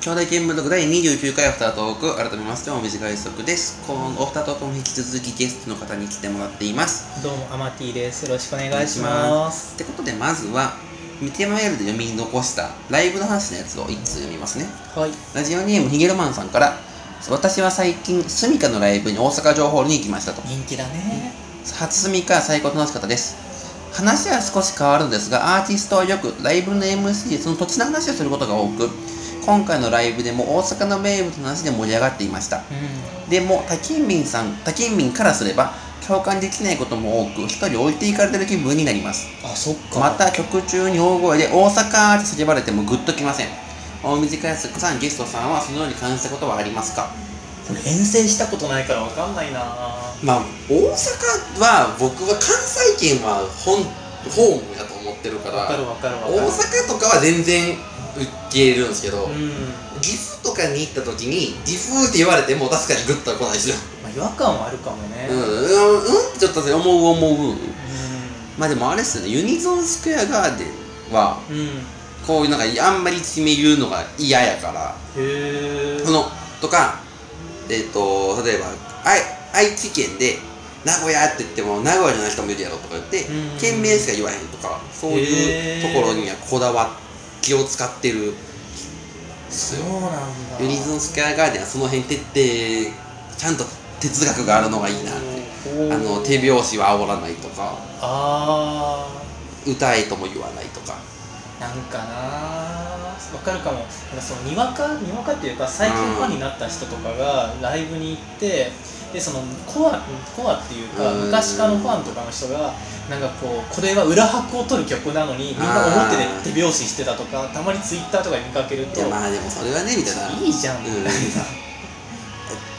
兄弟見聞録第29回アフタートーク改めましてお短い速ですこのお二人とも引き続きゲストの方に来てもらっていますどうもアマティですよろしくお願いしますってことでまずはテーマメールで読み残したライブの話のやつを一通読みますねはいラジオネームヒゲロマンさんから私は最近スミカのライブに大阪城ホールに行きましたと人気だね初住みか最高楽しかったです話は少し変わるのですがアーティストはよくライブの MC その土地の話をすることが多く今回のライブでも大阪の名物の話で盛り上がっていましたうでも他県民さん他県民からすれば共感できないことも多く一人置いていかれてる気分になりますんあそっかまた曲中に大声で大阪って叫ばれてもグッときません大短い作さんゲストさんはそのように感じたことはありますかこれ遠征したことないからわかんないなまあ大阪は僕は関西圏は本ホームだと思ってるかわからるわかるわ大かる阪とかは全然受け入れるんですけど、うん、岐阜とかに行った時に岐阜って言われても確かにグッとは来ないですよ、まあ、違和感はあるかもねうん、うんうんうんってちょっとね思う思うまあでもあれっすよねユニゾンスクエアガーデンはうんこういうなんかあんまり決め言うのが嫌やからへえそのとかえっ、と例えば愛愛知県で名古屋って言っても名古屋じゃない人もいるやろとか言ってうん県名しか言わへんとかそういへうーところにはこだわ気を使ってるそうなんだユニゾンスカイガーデンはその辺徹底ちゃんと哲学があるのがいいなってあの手を拍子は煽らないとかああ歌えとも言わないとかなんかなわかるかもなんかそのにわかにわかっていうか最近ファンになった人とかがライブに行ってでそのコアコアっていうかうん昔からのファンとかの人がなんかこうこれは裏拍を取る曲なのにみんな表で手拍子してたとかたまにツイッターとかで見かけるいとやまあでもそれはねみたいないいじゃんみたいな、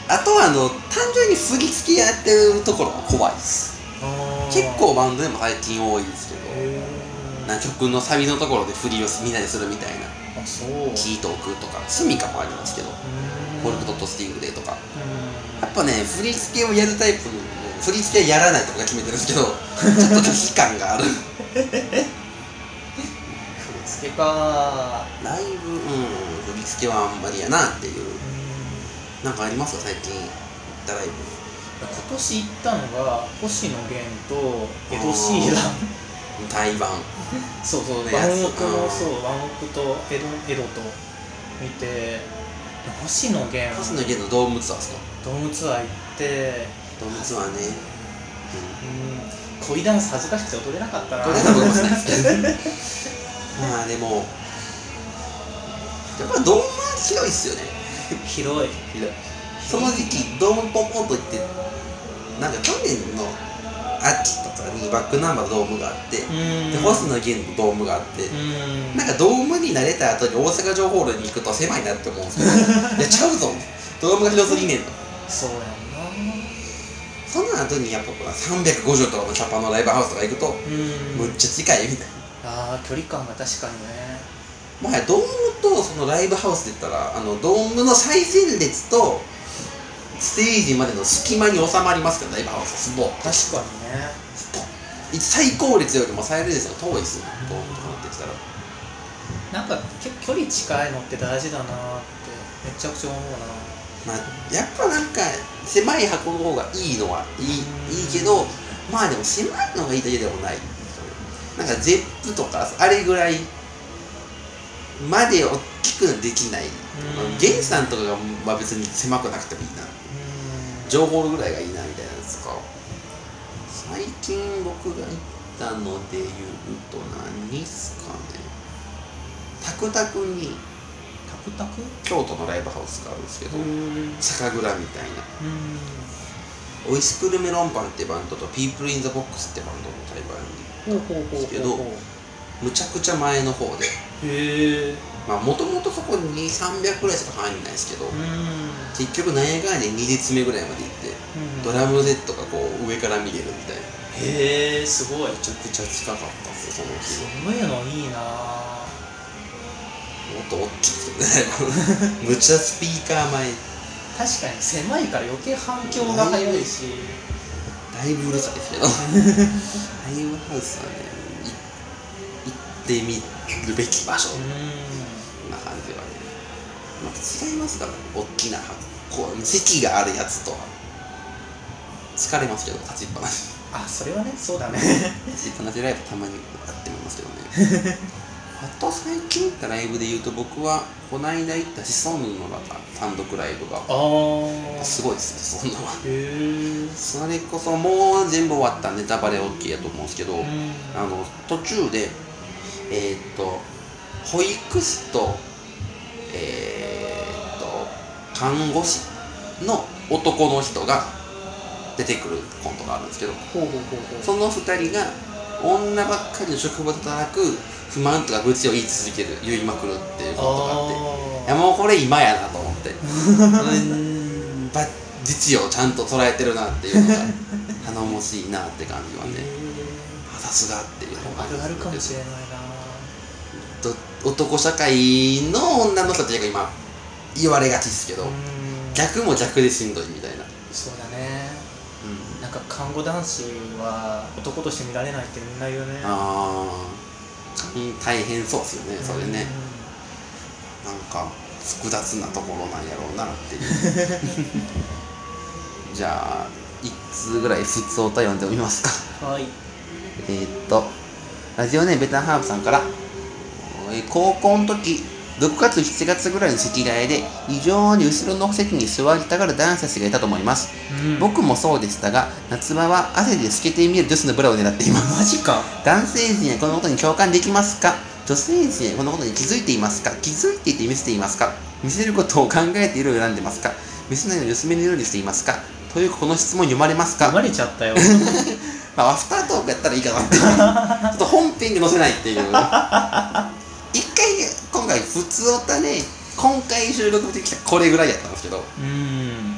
あとはあの単純に杉付きやってるところが怖いですあー結構バンドでも最近多いですけどへーな曲のサビのところで振りをみんなでするみたいなあそう「キートーク」とか「スミカ」もありますけど「ホルクトットスティングデー」とかやっぱね振り付けをやるタイプの振り付けはやらないとか決めてるんですけどちょっと危機感があるつけかライブうん振り付けはあんまりやなっていううんなんかありますか最近行ったライブ今年行ったのが星野源とエド・シーラン台湾そうそうねワンオクうのんそうワンオクとエドエドと見て星野源星野源のドームツアーですかドームツアー行ってドームツアーねうんうん恋ダンス恥ずかしくて踊れなかったなどれだと思いますねまあでもやっぱドームは広いっすよね広い広いその時期ドームポンポンといってなんか去年の秋とかにバックナンバーのドームがあって、 うんで星野源のドームがあって、うんなんかドームに慣れた後に大阪城ホールに行くと狭いなって思うんです けどいやちゃうぞドームが広すぎねんとそうやんなその後にやっぱほら350とかのキャパのライブハウスとか行くと、うむっんちゃ近いみたいなあー距離感が確かにねもはやドームとそのライブハウスで言ったらあのドームの最前列とステージまでの隙間に収まりますけどライブハウスはスポッ確かにねスポッ最高列よりも最前列が遠いですよドームとかなってきたらなんかけ距離近いのって大事だなーってめちゃくちゃ思うなまあやっぱなんか狭い箱の方がいいのはいいいいけどまあでも狭いのがいいだけでもないなんかゼップとかあれぐらいまで大きくできないうんゲンさんとかがまあ別に狭くなくてもいいなうん情報ぐらいがいいなみたいなんですか最近僕が行ったので言うと何っすかねタクタクにタクタク京都のライブハウスがあるんですけど、ん酒蔵みたいなオイスクールメロンパンってバンドとピープルインザボックスってバンドの対バンでほうほうほうほうですけどむちゃくちゃ前の方でへえまあもともとそこに300ぐらいしか入んないですけど、うん結局何やかんやで2列目ぐらいまで行って、ドラムセットがこう上から見れるみたいなへえすごいめちゃくちゃ近かったんですよその日は。そういうのいいなもっと大きくてねむちゃスピーカー前確かに狭いから余計反響が早いしだいぶうるさいですけどライブハウスはねい行ってみるべき場所うんな感じはねまた違いますからね大きな箱こう席があるやつとは疲れますけど立ちっぱなしあそれはねそうだね立ちっぱなしライブたまにあってもいますけどねあと最近行ったライブで言うと僕はこないだ行ったシソンヌの単独ライブあがあすごいですねそんなはへえそれこそもう全部終わったんでネタバレ OK やと思うんですけど、うんあの途中でえーっと保育士とえーっと看護師の男の人が出てくるコントがあるんですけどほうほうほうほうその2人が女ばっかりの職場で働く不満とか愚痴を言い続ける言いまくるっていうコントがあっていやあもうこれ今やなと思って うんば実をちゃんと捉えてるなっていう のが頼もしいなって感じはーねへあさすがっていうのーあるあるかもしれないなど男社会の女の人って今言われがちですけど、うん逆も逆でしんどいみたいな、そうだねなんか看護男子は男として見られないってみんな言うねあーうん大変そうですよねそれね、なんか複雑なところなんやろうな っていうじゃあ1通ぐらい普通を読んでみますかうんはいえーっと、ラジオネームベタンハーブさんから、えー高校の時、6月、7月ぐらいの席替えで、非常に後ろの席に座りたがる男子たちがいたと思います。僕もそうでしたが、夏場は汗で透けて見える女子のブラを狙っています。 マジか男性陣はこのことに共感できますか女性陣はこのことに気づいていますか気づいていて見せていますか見せることを考えていろいろ選んでますか見せないのを薄めるようにしていますかというこの質問読まれますか生まれち ゃったよまあ、アフタートークやったらいいかなっていうちょっと本編に載せないっていう一回今回普通おったね今回収録できたこれぐらいやったんですけどうん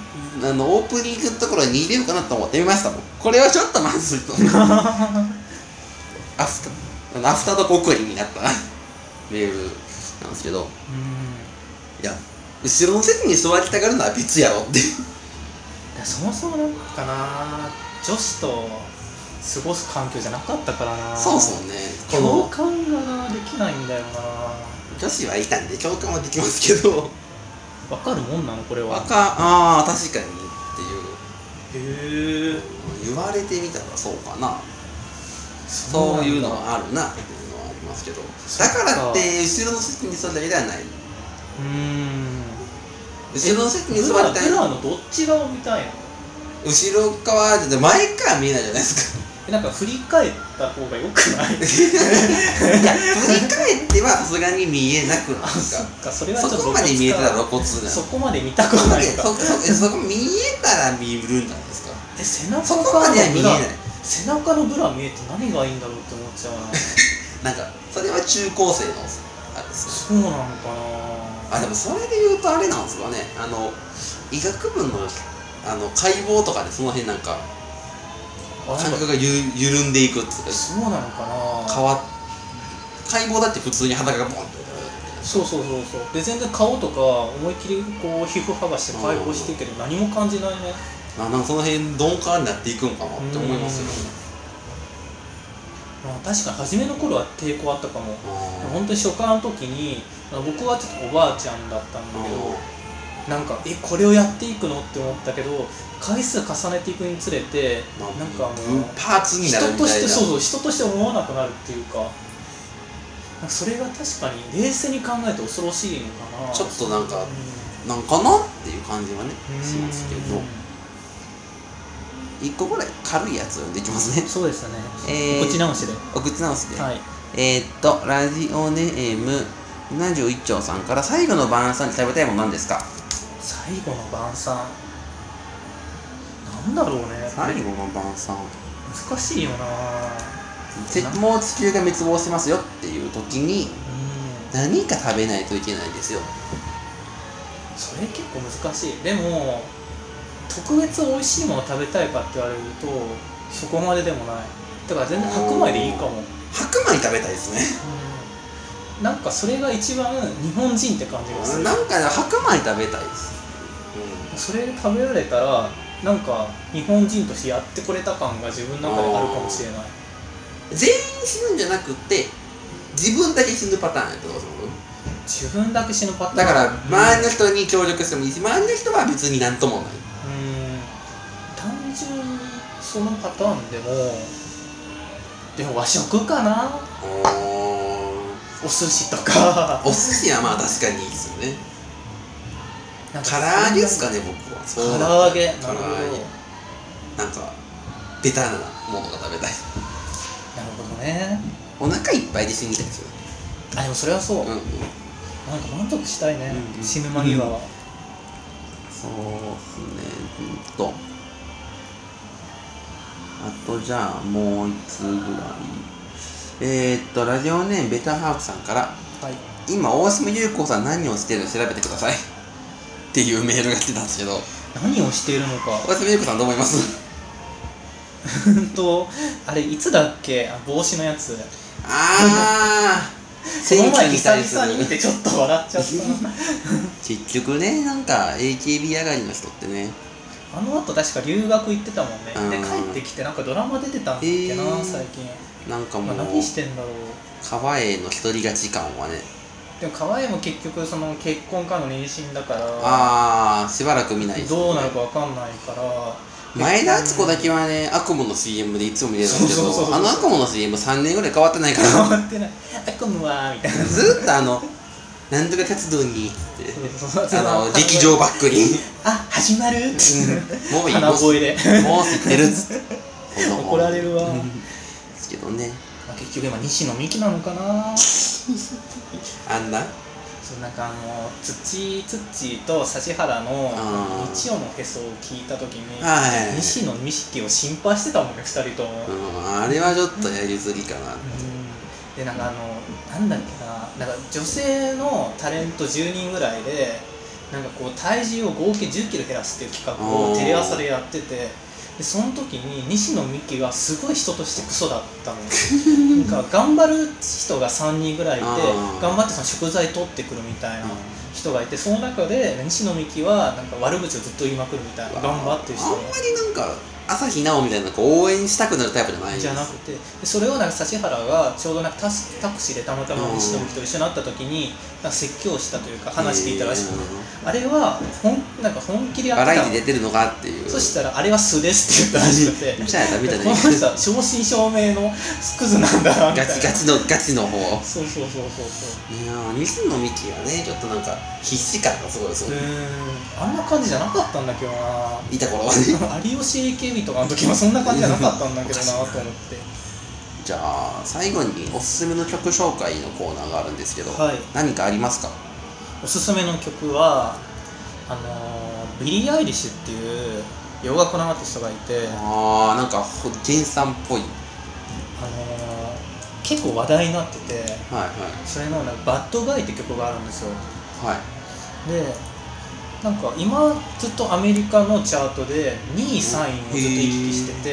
あのオープニングのところに入れようかなと思ってみましたもんこれはちょっとまずいとアフターあのアフタートーク送りになったメールなんですけどうんいや後ろの席に座りたがるのは別やろっていやそもそもなんかな女子と過ごす環境じゃなかったからなそうそうねこ共の感ができないんだよな女子はいたんで共感はできますけどわかるもんなのこれは若ああ確かにっていうへえ言われてみたらそうかなそそういうのははあるなっていうのはありますけどだからって後ろの席に座るだけではないうーん後ろの席に座りたいブラブラのどっち側を見たいの後ろ側じゃ前から見えないじゃないですかえなんか振り返った方がよくないいや振り返ってはさすがに見えなくなあるそっかそれはちょそっとこまで見えてたら露露骨じゃ骨ないそこまで見たくないそかこそそこ見えたら見るんじゃないですかえ背中そこまのでは見えブなラい背中のブラ見えて何がいいんだろうって思っちゃうななんかそれは中高生のあれですねそうなのかなあでもそれで言うとあれなんですかねあの医学部のあの解剖とかでその辺なんかあ感覚がゆ緩んでいくっていうかそうなのかな変わ解剖だって普通に裸がボンってそうそうそうそうで全然顔とか思いっきりこう皮膚剥がして解放してるけど何も感じないねあなんかその辺鈍感になっていくんかなって思いますまあ確かに初めの頃は抵抗あったかもよね本当に初回の時にあの僕はちょっとおばあちゃんだったんだけどなんかえこれをやっていくのって思ったけど回数重ねていくにつれてまあなんかもうんうパーツに人なるみたといなしてそうそう人として思わなくなるっていうかなんかそれが確かに冷静に考えて恐ろしいのかなちょっとなんかうんなんかなっていう感じはねしますけうどん一個ぐらい軽いやつを読んでいきますねそうでしたね、えーこっち直しでお口直しではいえー、っと、ラジオネーム71丁さんから最後の晩餐で食べたいものなんですか最後の晩餐なんだろうね最後の晩餐難しいよなてもう地球が滅亡してますよっていう時にうん何か食べないといけないですよそれ結構難しいでも特別美味しいもの食べたいかって言われるとそこまででもないだから全然白米でいいかも、白米食べたいですねうんなんかそれが一番日本人って感じがするなんかね白米食べたいです、それ食べられたらなんか日本人としてやってくれた感が自分の中であるかもしれない全員死ぬんじゃなくて自分だけ死ぬパターンやってどうする自分だけ死ぬパターンだから周りのう人んに協力してもいいし周りの人は別になんともないうん単純にそのパターンでもでも和食かなおお寿司とかお寿司はまあ確かにいいですよねなん唐か揚げですかね僕は唐そう揚げ唐なるほど揚げなんかベタなものが食べたいなるほどねお腹いっぱいで死にたいですよねあでもそれはそう、うんなんうかん満足したいね、うん死ぬ間際は、そうですねうんとあとじゃあもう一つぐらいえー、っとラジオネームベタハーフさんからはい今大島優子さん何をしてるの調べてくださいっていうメールが来てたんですけど何をしているのか 大島優子さんどう思いますうんとあれいつだっけあ帽子のやつああ その前久々に見てちょっと笑っちゃったな結局ねなんか AKB 上がりの人ってねあの後確か留学行ってたもんねでうん帰ってきてなんかドラマ出てたんだっけな、えー最近、なんかもまあ、う何してんだろう川への独り勝ち感はねでも川合も結局その結婚かの妊娠だからああしばらく見ないですねどうなるかわかんないから前田敦子だけはね悪夢の CM でいつも見れるんですけそうそうそうそどあうの悪夢の CM3 年ぐらい変わってないか変らわってない「あこむわ」みたいなずーっとあの「なんとか鉄道に」っそつうっそうそうてあの劇場バッ クにあ始まるっつってうんもういい鼻声でもう知ってるっつって 怒られるわうんですけどねまあ結局今西野美紀なのかなあんなそうなんかあの土土と指原のあー日曜のへそを聞いた時に、はい西野錦を心配してたもんね2人とも、うんうんあれはちょっとやりすぎかなでなんかあのなんだっけななんか女性のタレント10人ぐらいでなんかこう体重を合計1 0キロ減らすっていう企画あをーテレ朝でやっててでその時に西野美紀がすごい人としてクソだったの なんか頑張る人が3人ぐらいいてあー頑張ってその食材取ってくるみたいな。人がいてその中で西野美紀はなんか悪口をずっと言いまくるみたいな頑張ってる人あんまりなんか朝日奈央みたいなこう応援したくなるタイプじゃないんですじゃなくてでそれをなんか指原がちょうどなんかタスタクシーでたまたま西野美紀と一緒になった時になんか説教したというか話聞いたらしくて、うんあれは本なんか本気でやっバラてエテたィ出てるのかっていうそしたらあれは素ですって言ったらしくて見たやった見たや この人は正真正銘のクズなんだなみガたいなチガチのガチの方いやそうそうそうそうそーう水野美紀はねちょっとなんか必死感がすごいですうよねーんあんな感じじゃなかったんだけどないた頃はね有吉 AKB とかの時もそんな感じじゃなかったんだけどなと思ってじゃあ最後におすすめの曲紹介のコーナーがあるんですけど、はい何かありますかおすすめの曲はあのービリー・アイリッシュっていう洋楽のアーティストがいてあーあなんかほ原産っぽいのー結構話題になっててはいそれのなんか「バッドガイ」って曲があるんですよはいはいでなんか今ずっとアメリカのチャートで2位3位をずっと行き来しててへ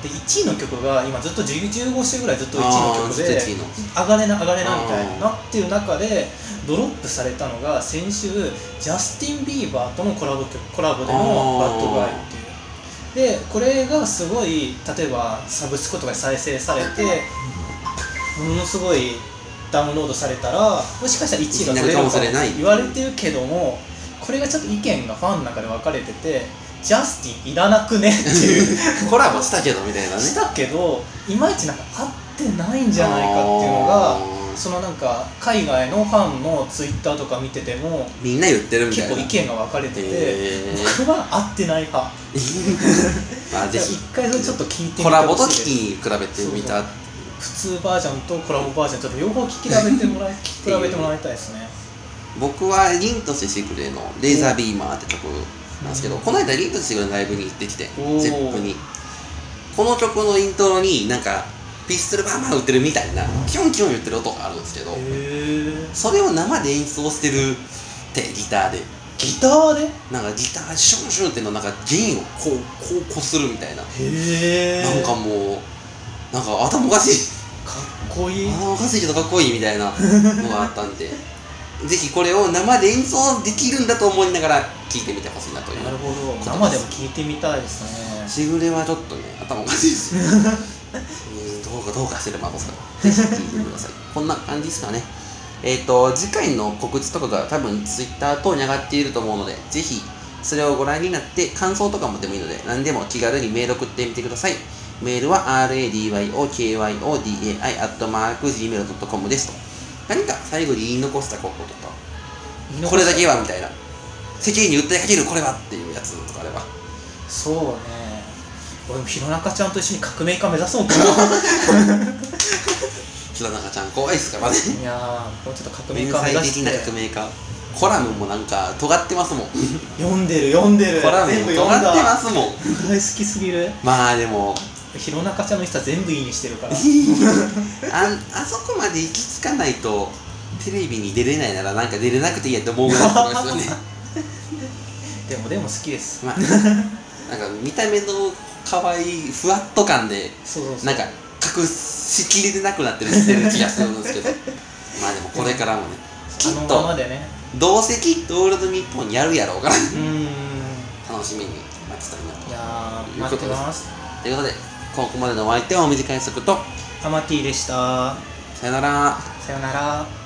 で1位の曲が今ずっと15週ぐらいずっと1位のあー曲ずでっと1位の上がれな上がれなみたいあーななっていう中でドロップされたのが先週ジャスティン・ビーバーとのコラボ曲コラボでの「あバーッドガイ」っていうでこれがすごい例えばサブスクとかで再生されてものすごいダウンロードされたらもしかしたら1一位が取れる位になるかもしれない言われてるけどもこれがちょっと意見がファンの中で分かれててジャスティンいらなくねっていうコラボしたけどみたいなねしたけどいまいちなんか合ってないんじゃないかっていうのがあーそのなんか海外のファンのツイッターとか見ててもみんな言ってるみたい結構な意見が分かれてて、へー僕は合ってない派まあぜじゃあひ一回それちょっと聞いてみてコラボとほ聴きしいです比べてみた普通バージョンとコラボバージョンちょっと両方聞き比べても らい比べてもらいたいですね僕はリンとしてシグレの「レーザービーマー」って曲なんですけど、うんこの間リンとしてシグレのライブに行ってきておーゼップにこの曲のイントロになんかピストルバンバン打ってるみたいなキョンキョン言ってる音があるんですけどへえそれを生で演奏してるってギターでギターでなんかギターシュンシュンっていうのなんか弦をこうこうこするみたいなへえなんかかっもうなんか頭おかしいこいいあおかしいけどかっこいいみたいなのがあったんでぜひこれを生で演奏できるんだと思いながら聴いてみてほしいなというなるほど生でも聞いてみたいですねしぐれはちょっとね頭おかしいですうんどうかどうかしてるマコさんぜひ聴いてくださいこんな感じですかねえっ、と、次回の告知とかが多分 Twitter 等に上がっていると思うので、ぜひそれをご覧になって感想とかもでもいいので、何でも気軽にメール送ってみてください。メールは radyokyodai.gmail.com ですと。何か最後に言い残したこととか、これだけはみたいな。世間に訴えかけるこれはっていうやつとかあれば。そうね俺も弘中ちゃんと一緒に革命家目 指そうかな平中ちゃん怖いっすからね。いやーもうちょっと革命天家目才指的しなて革命家。コラムもなんか尖って ますもん。コ読んでる読んでるラム全も部読ん尖ってまだすもん。大好きすぎるまあでも、弘中ちゃんの人は全部いいにしてるからああそこまで行き着かないとテレビに出れないならなんか出れなくていいやと思うぐらいだと思い ますよねでもでも好きですまあなんか見た目の可愛いふわっと感でそうそうそうなんか隠しきれてなくなってるってる気がするんですけどまあでもこれからもねきっあのままとでねどうせきっとオールド日本やるやろうからうーん楽しみに待ちたいなといやとーいう待こっとてですますということでここまでのお相手はお短い速とアマティでしたさよならさよなら